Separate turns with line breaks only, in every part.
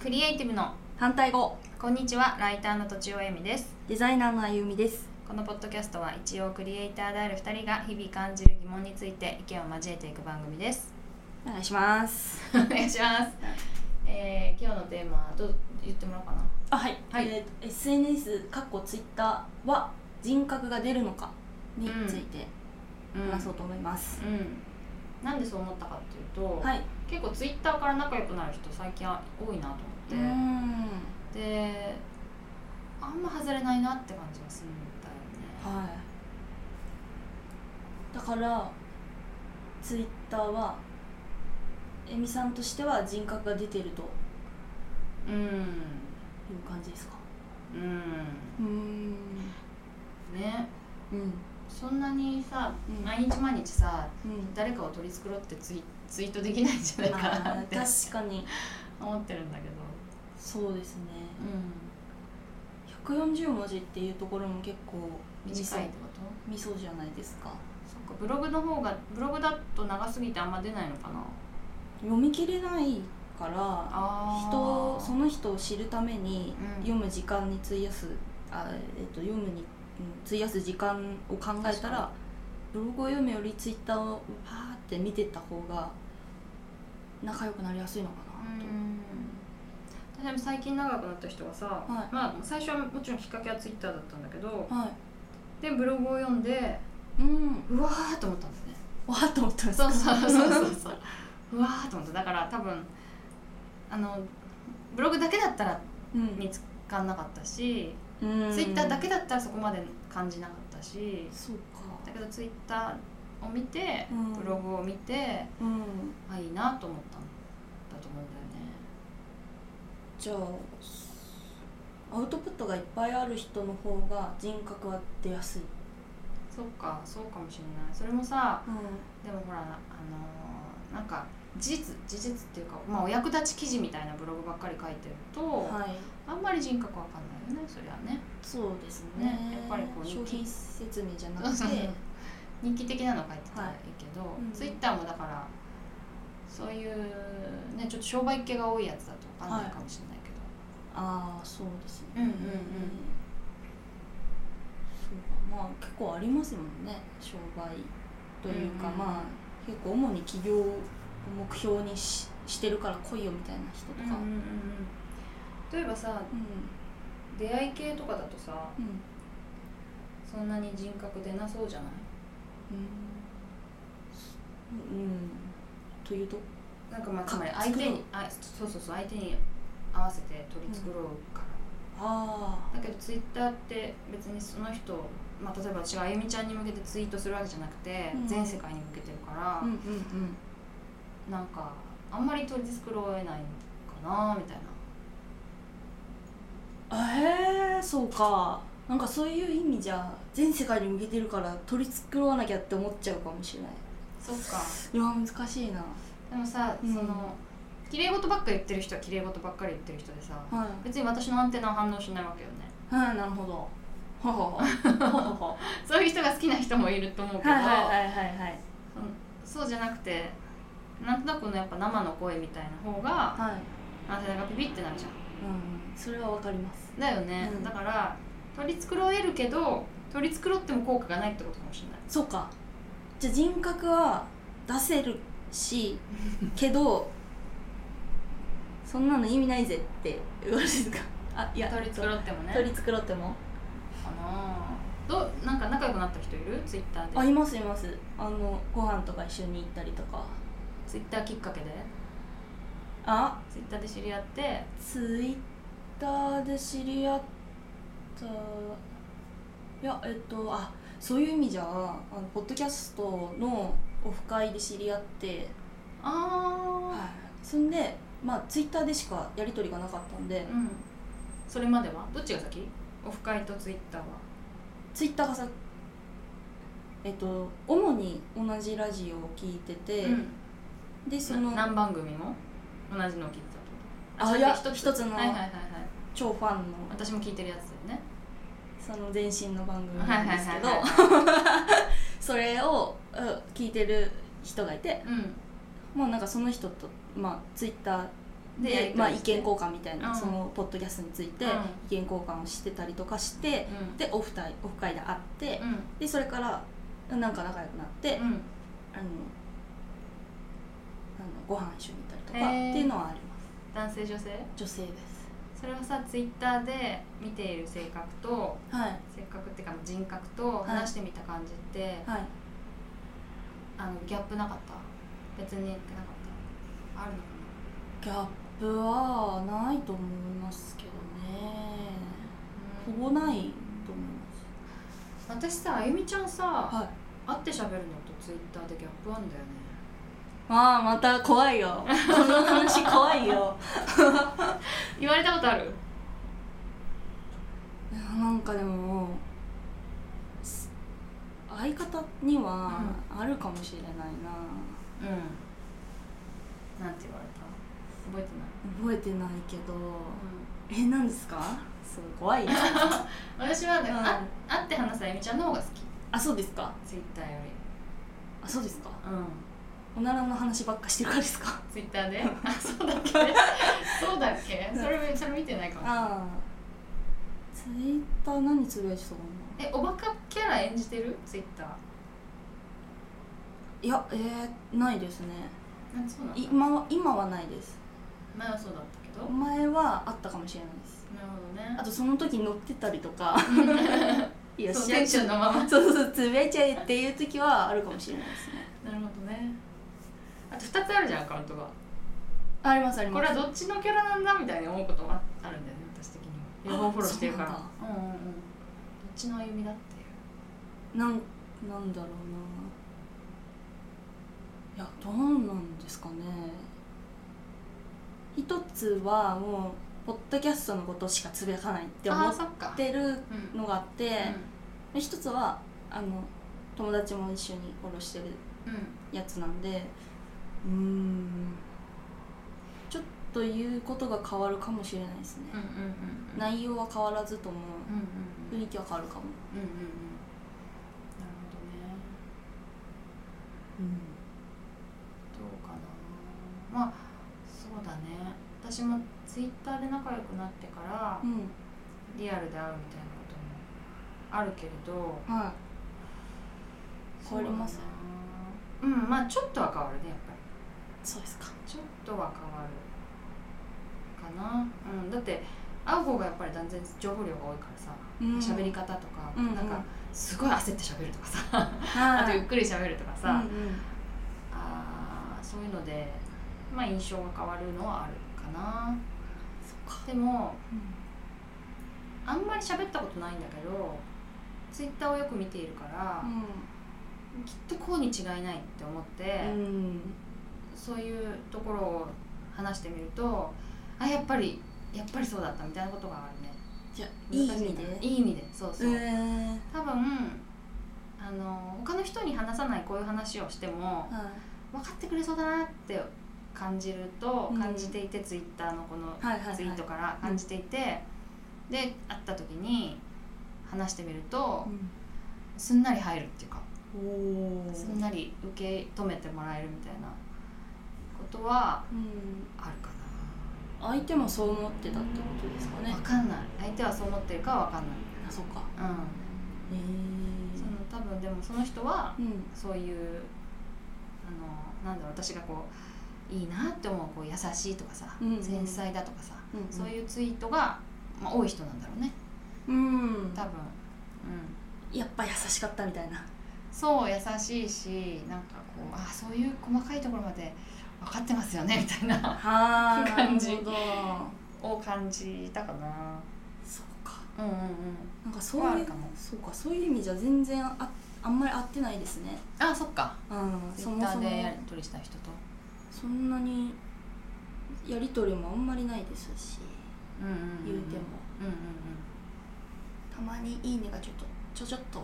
クリエイティブの
反対語
こんにちはライターのとちおえみです
デザイナーのあゆみです
このポッドキャストは一応クリエイターである2人が日々感じる疑問について意見を交えていく番組です
お願いします
お願いします、えー今日のテーマどう言ってもらおうかな
あはい、
はい
えー SNS かっこツイッターは人格が出るのかについて話そうと思います、
うんなんでそう思ったかっていうと、
はい
結構ツイッターから仲良くなる人最近多いなと
う
思っ
ん
て、であんま外れないなって感じがするんだよね
はいだからツイッターはえみさんとしては人格が出てると
うん
いう感じですか
うん
うん
ね
うん
そんなにさ、
うん
毎日毎日さ
うん
誰かを取り繕ってツイツイートできないんじゃないかな
あ
っ
ー
て
確かに
思ってるんだけど
そうですね
う
140文字っていうところも結構
ん
ミソ
短いってこと
ミソじゃないですか
そっかブログの方がブログだと長すぎてあんま出ないのかな
読み切れないから
あー
人その人を知るために
うん
読む時間に費やす、あえっと読むにうん費やす時間を考
確
え
か
た
に
らブログを読むよりツイッターをパーって見てった方が仲良くなりやすいのかなと、
うん例えば最近長くなった人がさ、
い
まあ最初はもちろんきっかけはツイッターだったんだけど
はい
でブログを読んで
うん
うわーっと思ったんだよね
わーっと思ったんです
そ
か
うそうそうそうそううわーっと思っただから多分あのブログだけだったら見つかんなかったし、
うんうん
ツイッターだけだったらそこまで感じなかったし
そうか
だけどツイッターを見て、
うん
ブログを見て
うん
あいいなと思ったんだと思うんだよね
じゃあアウトプットがいっぱいある人の方が人格は出やすい、
そっかそうかもしれないそれもさ
う
でもほらあのーなんか事実事実っていうか、まあ、お役立ち記事みたいなブログばっかり書いてると、
はい
あんまり人格わかんないよねそりゃね
そうですね
ねやっぱりこう
商品説明じゃなくて
日記的なの書いてたらいいけど、
いうん
ツイッターもだからそういうねちょっと商売系が多いやつだとわかんないかもしれないけど、
ああそうですね
うんうんうん
そうかまあ結構ありますもんね商売というか、
うんうん
まあ結構主に企業を目標にししてるから来いよみたいな人と
と
か
か、例えばさ
うん
出会い系とかだとさ
うん
そんなに人格出なそうじゃない
うん、うん、というと
なんかまあ
か
つまり相手
作ろ
に
う
あそうそうそう相手に合わせて取り繕うから、
ああ
だけどツイッターって別にその人、まあ、例えば私があゆみちゃんに向けてツイートするわけじゃなくて、
うん
全世界に向けてるから、
うんうんうん
なんかあんまり取り繕えないのかなみたいな
ええそうかなんかそういう意味じゃ全世界に向けてるから取り繕わなきゃって思っちゃうかもしれない
そっか
いや難しいな
でもさ、
うん
その綺麗事ばっかり言ってる人は綺麗事ばっかり言ってる人でさ
はい
別に私のアンテナは反応しないわけよね
はいなるほどほほほほほほ
そういう人が好きな人もいると思うけど、
はいはいはいはいはい
そそうじゃなくてなんとなくのやっぱ生の声みたいな方が
はい
アンテナがピピってなるじゃ
うんそれはわかります
んだよね、
うん
だから取り繕えるけど取り繕っても効果がないってことかもしれない
そうかじゃあ人格は出せる しけどそんなの意味ないぜって言われるんですかあいや
取り
取
繕ってもね
り繕っても
かなどうなんか仲良くなった人いるツイッターで
あいますいますあのご飯とか一緒に行ったりとか
ツイッターきっかけで
あ
ツイッターで知り合って
ツイッターで知り合ったいやえっとあそういう意味じゃあのポッドキャストのオフ会で知り合って、
あ
そんでまあツイッターでしかやり取りがなかったんで
あうんそれまではどっちが先オフ会とツイッターは
ツイッターがさえっと主に同じラジオを聞いてて、
うん
でその
な何番組も同じのを聞いてたってこと
あ
それ
いや
って
一つの
はいはいはいはい
超ファンの
私も聞いてるやつだよね
その前身の番組
は
ないん
はい
です
はい
けど
はい
それをうん聞いてる人がいて
うん
もうなんかその人と、まあ、ツイッター
でやり取
で
り、
まあ、意見
して
交換みたいな、
うん
そのポッドキャストについて
うん
意見交換をしてたりとかして、でオフ会オフ会で会って、
うん
でそれからなんか仲良くなって、
う
あの
んうん
あのご飯一緒に行ったりとかっ
へー
ていうのはあります
男性女性
女性です
それはさツイッターで見ている性格と
はい
性格っていうか人格と
い
話してみた感じって、
はい
あのギャップなかった別になかったあるのか
ギャップはないと思いますけどね
な、
ほぼないと思い
私さあゆみちゃんさ、
ますはい
会って喋るのとツイッターでギャップあんだよね
まあまた怖いよこの話怖いよ
言われたことある
いやなんかでもす相方にはあるかもしれないな、
うんなんて言われた覚えてない、
覚えてないけどえなんですかすごい怖いよ
私はね、
うん
あ会って話すあゆみちゃんの方が好き
あそうですか
ツイッターより
あそうですか
うん
おならの話ばっかしてるからですか
ツイッタ ーであそうだっけそうだっけそれそれ見てないかも
ああツイッター何つぶやいてたかな
えおバカキャラ演じてるツイッター
いやえー、ないですね
なんそうなんだ
今は今はないです
前はそうだったけど
前はあったかもしれないです
なるほどね
あとその時乗ってたりと かいや
そう
知らん
テンションのまま
そうそうそうつぶやいちゃえっていう時はあるかもしれないですね
なるほどねあと2つあるじゃんアカウントが
ありますあり
こ
ま
れ
す
はどっちのキャラなんだみたいに思うこともああるんだよね私的には両方フォローしてるから
そう
うんうんうんどっちの歩みだっていう
なんなんだろうないやどうなんですかね一つはもうポッドキャストのことしかつぶやかないって思
あー
っ
そっか
てる
うん
のがあって、で一つはあの友達も一緒にフォローしてる
うんうん
やつなんでうーんちょっと言うことが変わるかもしれないですね、
うんうんうん
内容は変わらずとも
うんうんうん
雰囲気は変わるかも、
うんうんうんなるほどねどうかなまあそうだね私もツイッターで仲良くなってから
うん
リアルで会うみたいなこともあるけれど
はい変わります
そうだなうんまあちょっとは変わるねやっぱり
そうですか
ちょっとは変わるかな、うん、だって会う方がやっぱり断然情報量が多いからさ
うん
喋、り方とか、
うんうん
なんかすごい焦って喋るとかさ
はい
あとゆっくり喋るとかさ、
うんうん
あーそういうので、まあ、印象が変わるのはあるかな
そっか
でも
うん
あんまり喋ったことないんだけどツイッターをよく見ているから、きっとこうに違いないって思って、
うんうん
そういうところを話してみるとあやっぱりやっぱりそうだったみたいなことがあるね
じゃあいい意味で
難しいないい意味でそうそう、
えー
多分あの他の人に話さないこういう話をしても
は
分かってくれそうだなって感じると、
うん
感じていてツイッターのこの
いはいはいはい
ツイートから感じていて、で会った時に話してみると、すんなり入るっていうか
うんおお
すんなり受け止めてもらえるみたいなことは
うん
あるか
相手もそう思ってたってことですか
な、
ね
分かんない相手はそう思ってるかは分かん
あそっか
ない、うん
へ
その
え
多分でもその人は
うん
そういうあのなんだろう私がこういいなって思うこう優しいとかさ、
うんうん
繊細だとかさ、
うんうん
そういうツイートが、まあ、多い人なんだろうね
うん
多分、うん、
やっぱ優しかったみたいな
そう優しいしなんかこうあそういう細かいところまで分かってますよねみたい な
は
ー 感じ
なるほど
を感じたかな
そうか
うんうんうん
なんかそう
はあ
い
る
う
かも
そうかそういう意味じゃ全然ああんまり合ってないですね
あそっか
うん
ツイ
そ
ッ
も
タ
そ
ー
も
でやり取りした人と
そんなにやり取りもあんまりないですし
うんうんうん
言うても
うんうん
たまに「いいね」がちょっとちょちょっと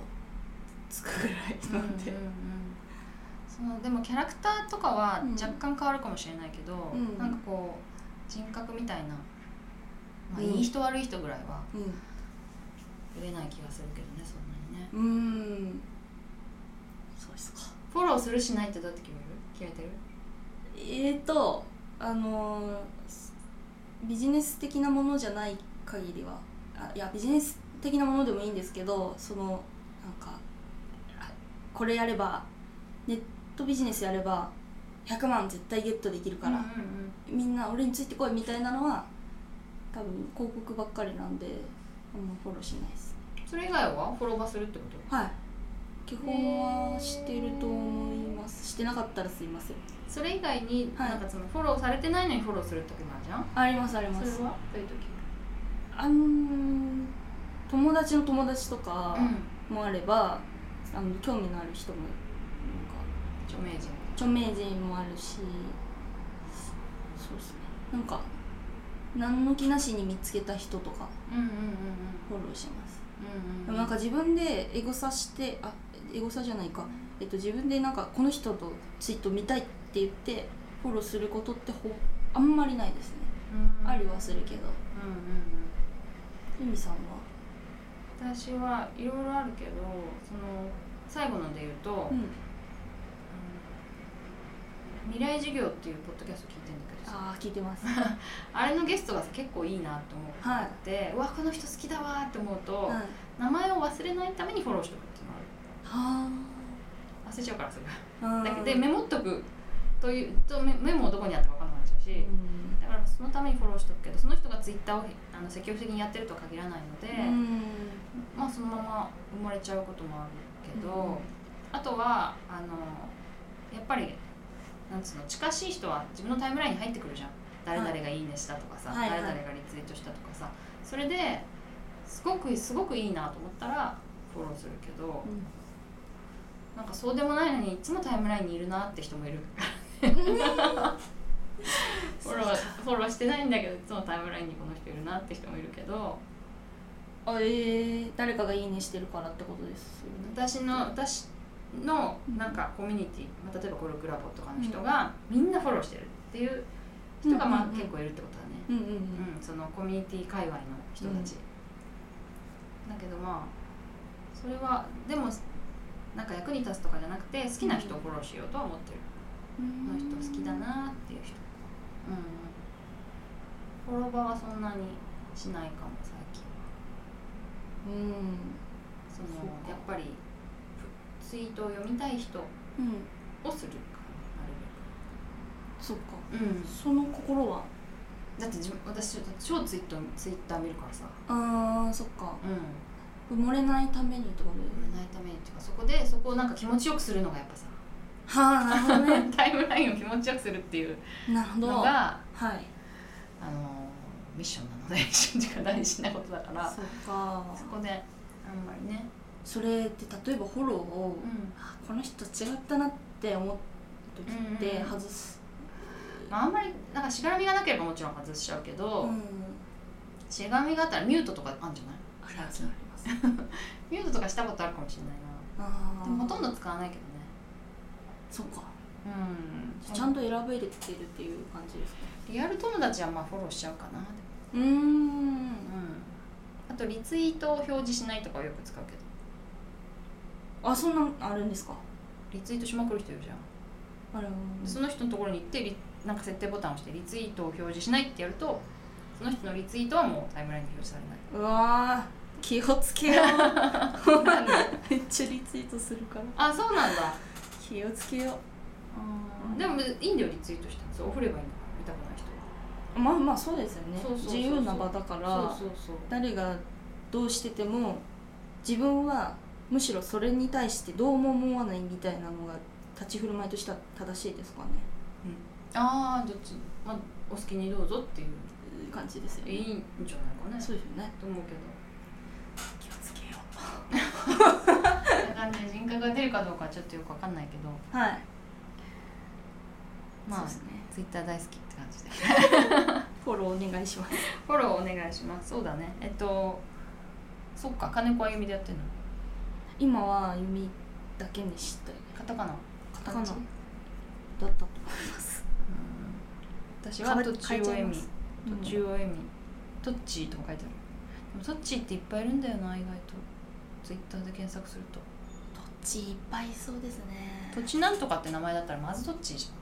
つくぐらい
うんう
なん
うん
んで
うんそのでもキャラクターとかは
うん
若干変わるかもしれないけど、
うん
なんかこう人格みたいな、まあ、
うん
いい人悪い人ぐらいは
うん
言えない気がするけどねそんなにね
うーんそうですか
フォローするしないってどうやって決める決めてる
えーとあのービジネス的なものじゃない限りはあいやビジネス的なものでもいいんですけどそのなんかあこれやればネットビジネスやれば100万絶対ゲットできるから、みんな俺についてこいみたいなのは多分広告ばっかりなんであんまフォローしないです
それ以外はフォロワーするってこと
はい基本はしてると思いますしてなかったらすいません
それ以外に、
はい
なんかそのフォローされてないのにフォローする時もあるじゃん
ありますありま
それ
す
はどういう時
あのー友達の友達とかもあれば、あの興味のある人もなんか
著名人
著名人もあるしそうですねなんか何の気なしに見つけた人とか
うんうんうん
フォローします、
うんうん
でもなんか自分でエゴサしてあエゴサじゃないか、えっと、自分でなんかこの人とツイート見たいって言ってフォローすることってほあんまりないですね、
うん
ありはするけ
うんう
ど
んうん
ゆみさんは
私はいろいろあるけどその最後ので言うと、
うん
未来授業っていうポッドキャスト聞いてんだけどさ
ああ聞いてま す
あれのゲストがさ結構いいなと思って、
はい
でうわこの人好きだわって思うと、
はい
名前を忘れないためにフォローしとくっていうのあ
は
る忘れちゃうからそれが
あ
だけどでメモっとくというとメメモをどこにあったか分からなくなっちゃうし、
うん
だからそのためにフォローしとくけどその人がツイッターをあの積極的にやってるとは限らないので、
うん
まあそのまま埋もれちゃうこともあるけど、
うん
あとはあのやっぱりなんつうの近しい人は自分のタイムラインに入ってくるじゃん誰々が「いいね」したとかさ、
はいはい
誰々がリツイートしたとかさそれですごくすごくいいなと思ったらフォローするけど
うん
なんかそうでもないのにいつもタイムラインにいるなって人 もいるフォローフォローしてないんだけどいつもタイムラインにこの人いるなって人もいるけど
あええ誰かがいいねしてるからってことですよね
私の私のなんかコミュニティ、まあ、例えばゴルクラボとかの人がみんなフォローしてるっていう人がまあ
うんうんうん
結構いるってことだね、
うんうんう
うん
ん
そのコミュニティ界隈の人たち、だけどまあそれはでもなんか役に立つとかじゃなくて好きな人をフォローしようとは思ってる、この人好きだなっていう人うんフォロワーはそんなにしないかも最近
うん
その
そうか
やっぱりツイートを読みたい人
うん
をするか
そっか
なるべく、うん、
その心は
だって自分私超ツイッターツイッター見るからさ
あーそっか
うん
埋もれないためにってことだよ
売れないためにっていうかそこでそこをなんか気持ちよくするのがやっぱさ
はあなるほど ね
タイムラインを気持ちよくするっていう
なるほど
の
は
が
い
あのミッションなのでミッションっていうか大事なことだから
そっか
そこであんまりね
それって例えばフォローを
うん、
あこの人違ったなって思った時って
うんうん
外す
まあ、あんまりなんかしがらみがなければもちろん外しちゃうけど、
うん
しがらみがあったらミュートとかあるんじゃない
あれあります
ミュートとかしたことあるかもしれないな
あー
でもほとんど使わないけどね
そっか
うん
ちゃんと選べれてるっていう感じですか
リアル友達はまあフォローしちゃうかな
うーん
うんあとリツイートを表示しないとかはよく使うけど
あそんなんあるんですか
リツイートしまくる人いるじゃん
あれは
その人のところに行ってリなんか設定ボタンを押してリツイートを表示しないってやるとその人のリツイートはもうタイムラインに表示さ
うわー気をつけよう
れないなんで
めっちゃリツイートするから
あそうなんだ
気をつけよ
うんでもいいんだよリツイートしてもそう送ればいいんだから見たくない人
うまあまあそうですよね
そうそうそうそう
自由な場だから
はそうそうそう
誰がどうしてても自分はむしろそれに対してどうも思わないみたいなのが立ち振る舞いとしては正しいですかね
ああどっち、まあ、お好きにどうぞっていう
いう感じですよ
い
ね
いんじゃないかね
そうですよね
と思うけど
気をつけよ
そんな感じで人格が出るかどうかはちょっとよくわかんないけど
うはい
まあ
そうですね
ツイッター大好きって感じで
フォローお願いします
フォローお願いしますそうだねえっとそっか金子あゆみでやってんの
今は弓だけにして
カタカナタ
カタ
カ
カ
ナ
ナだったと思います
私はとち
変え
お
ちゃ
え
いま
み
す
とちおえみとっちーとか書いてあるでもとっちーっていっぱいいるんだよな意外とツイッターで検索すると
どっちいっぱいいそうですね
とちなんとかって名前だったらまずとっちーじゃんう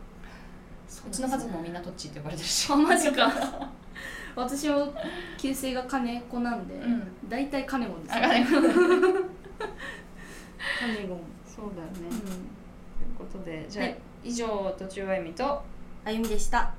そ
ちの家族もみんなとっちーって呼ばれてるし
あマジか 私も旧姓が金子なんで、
うん
大体金子です
あ金
子金子
そうだよね、
うん
ということでじゃあ、
はい
以上とちおえみと
あゆみでした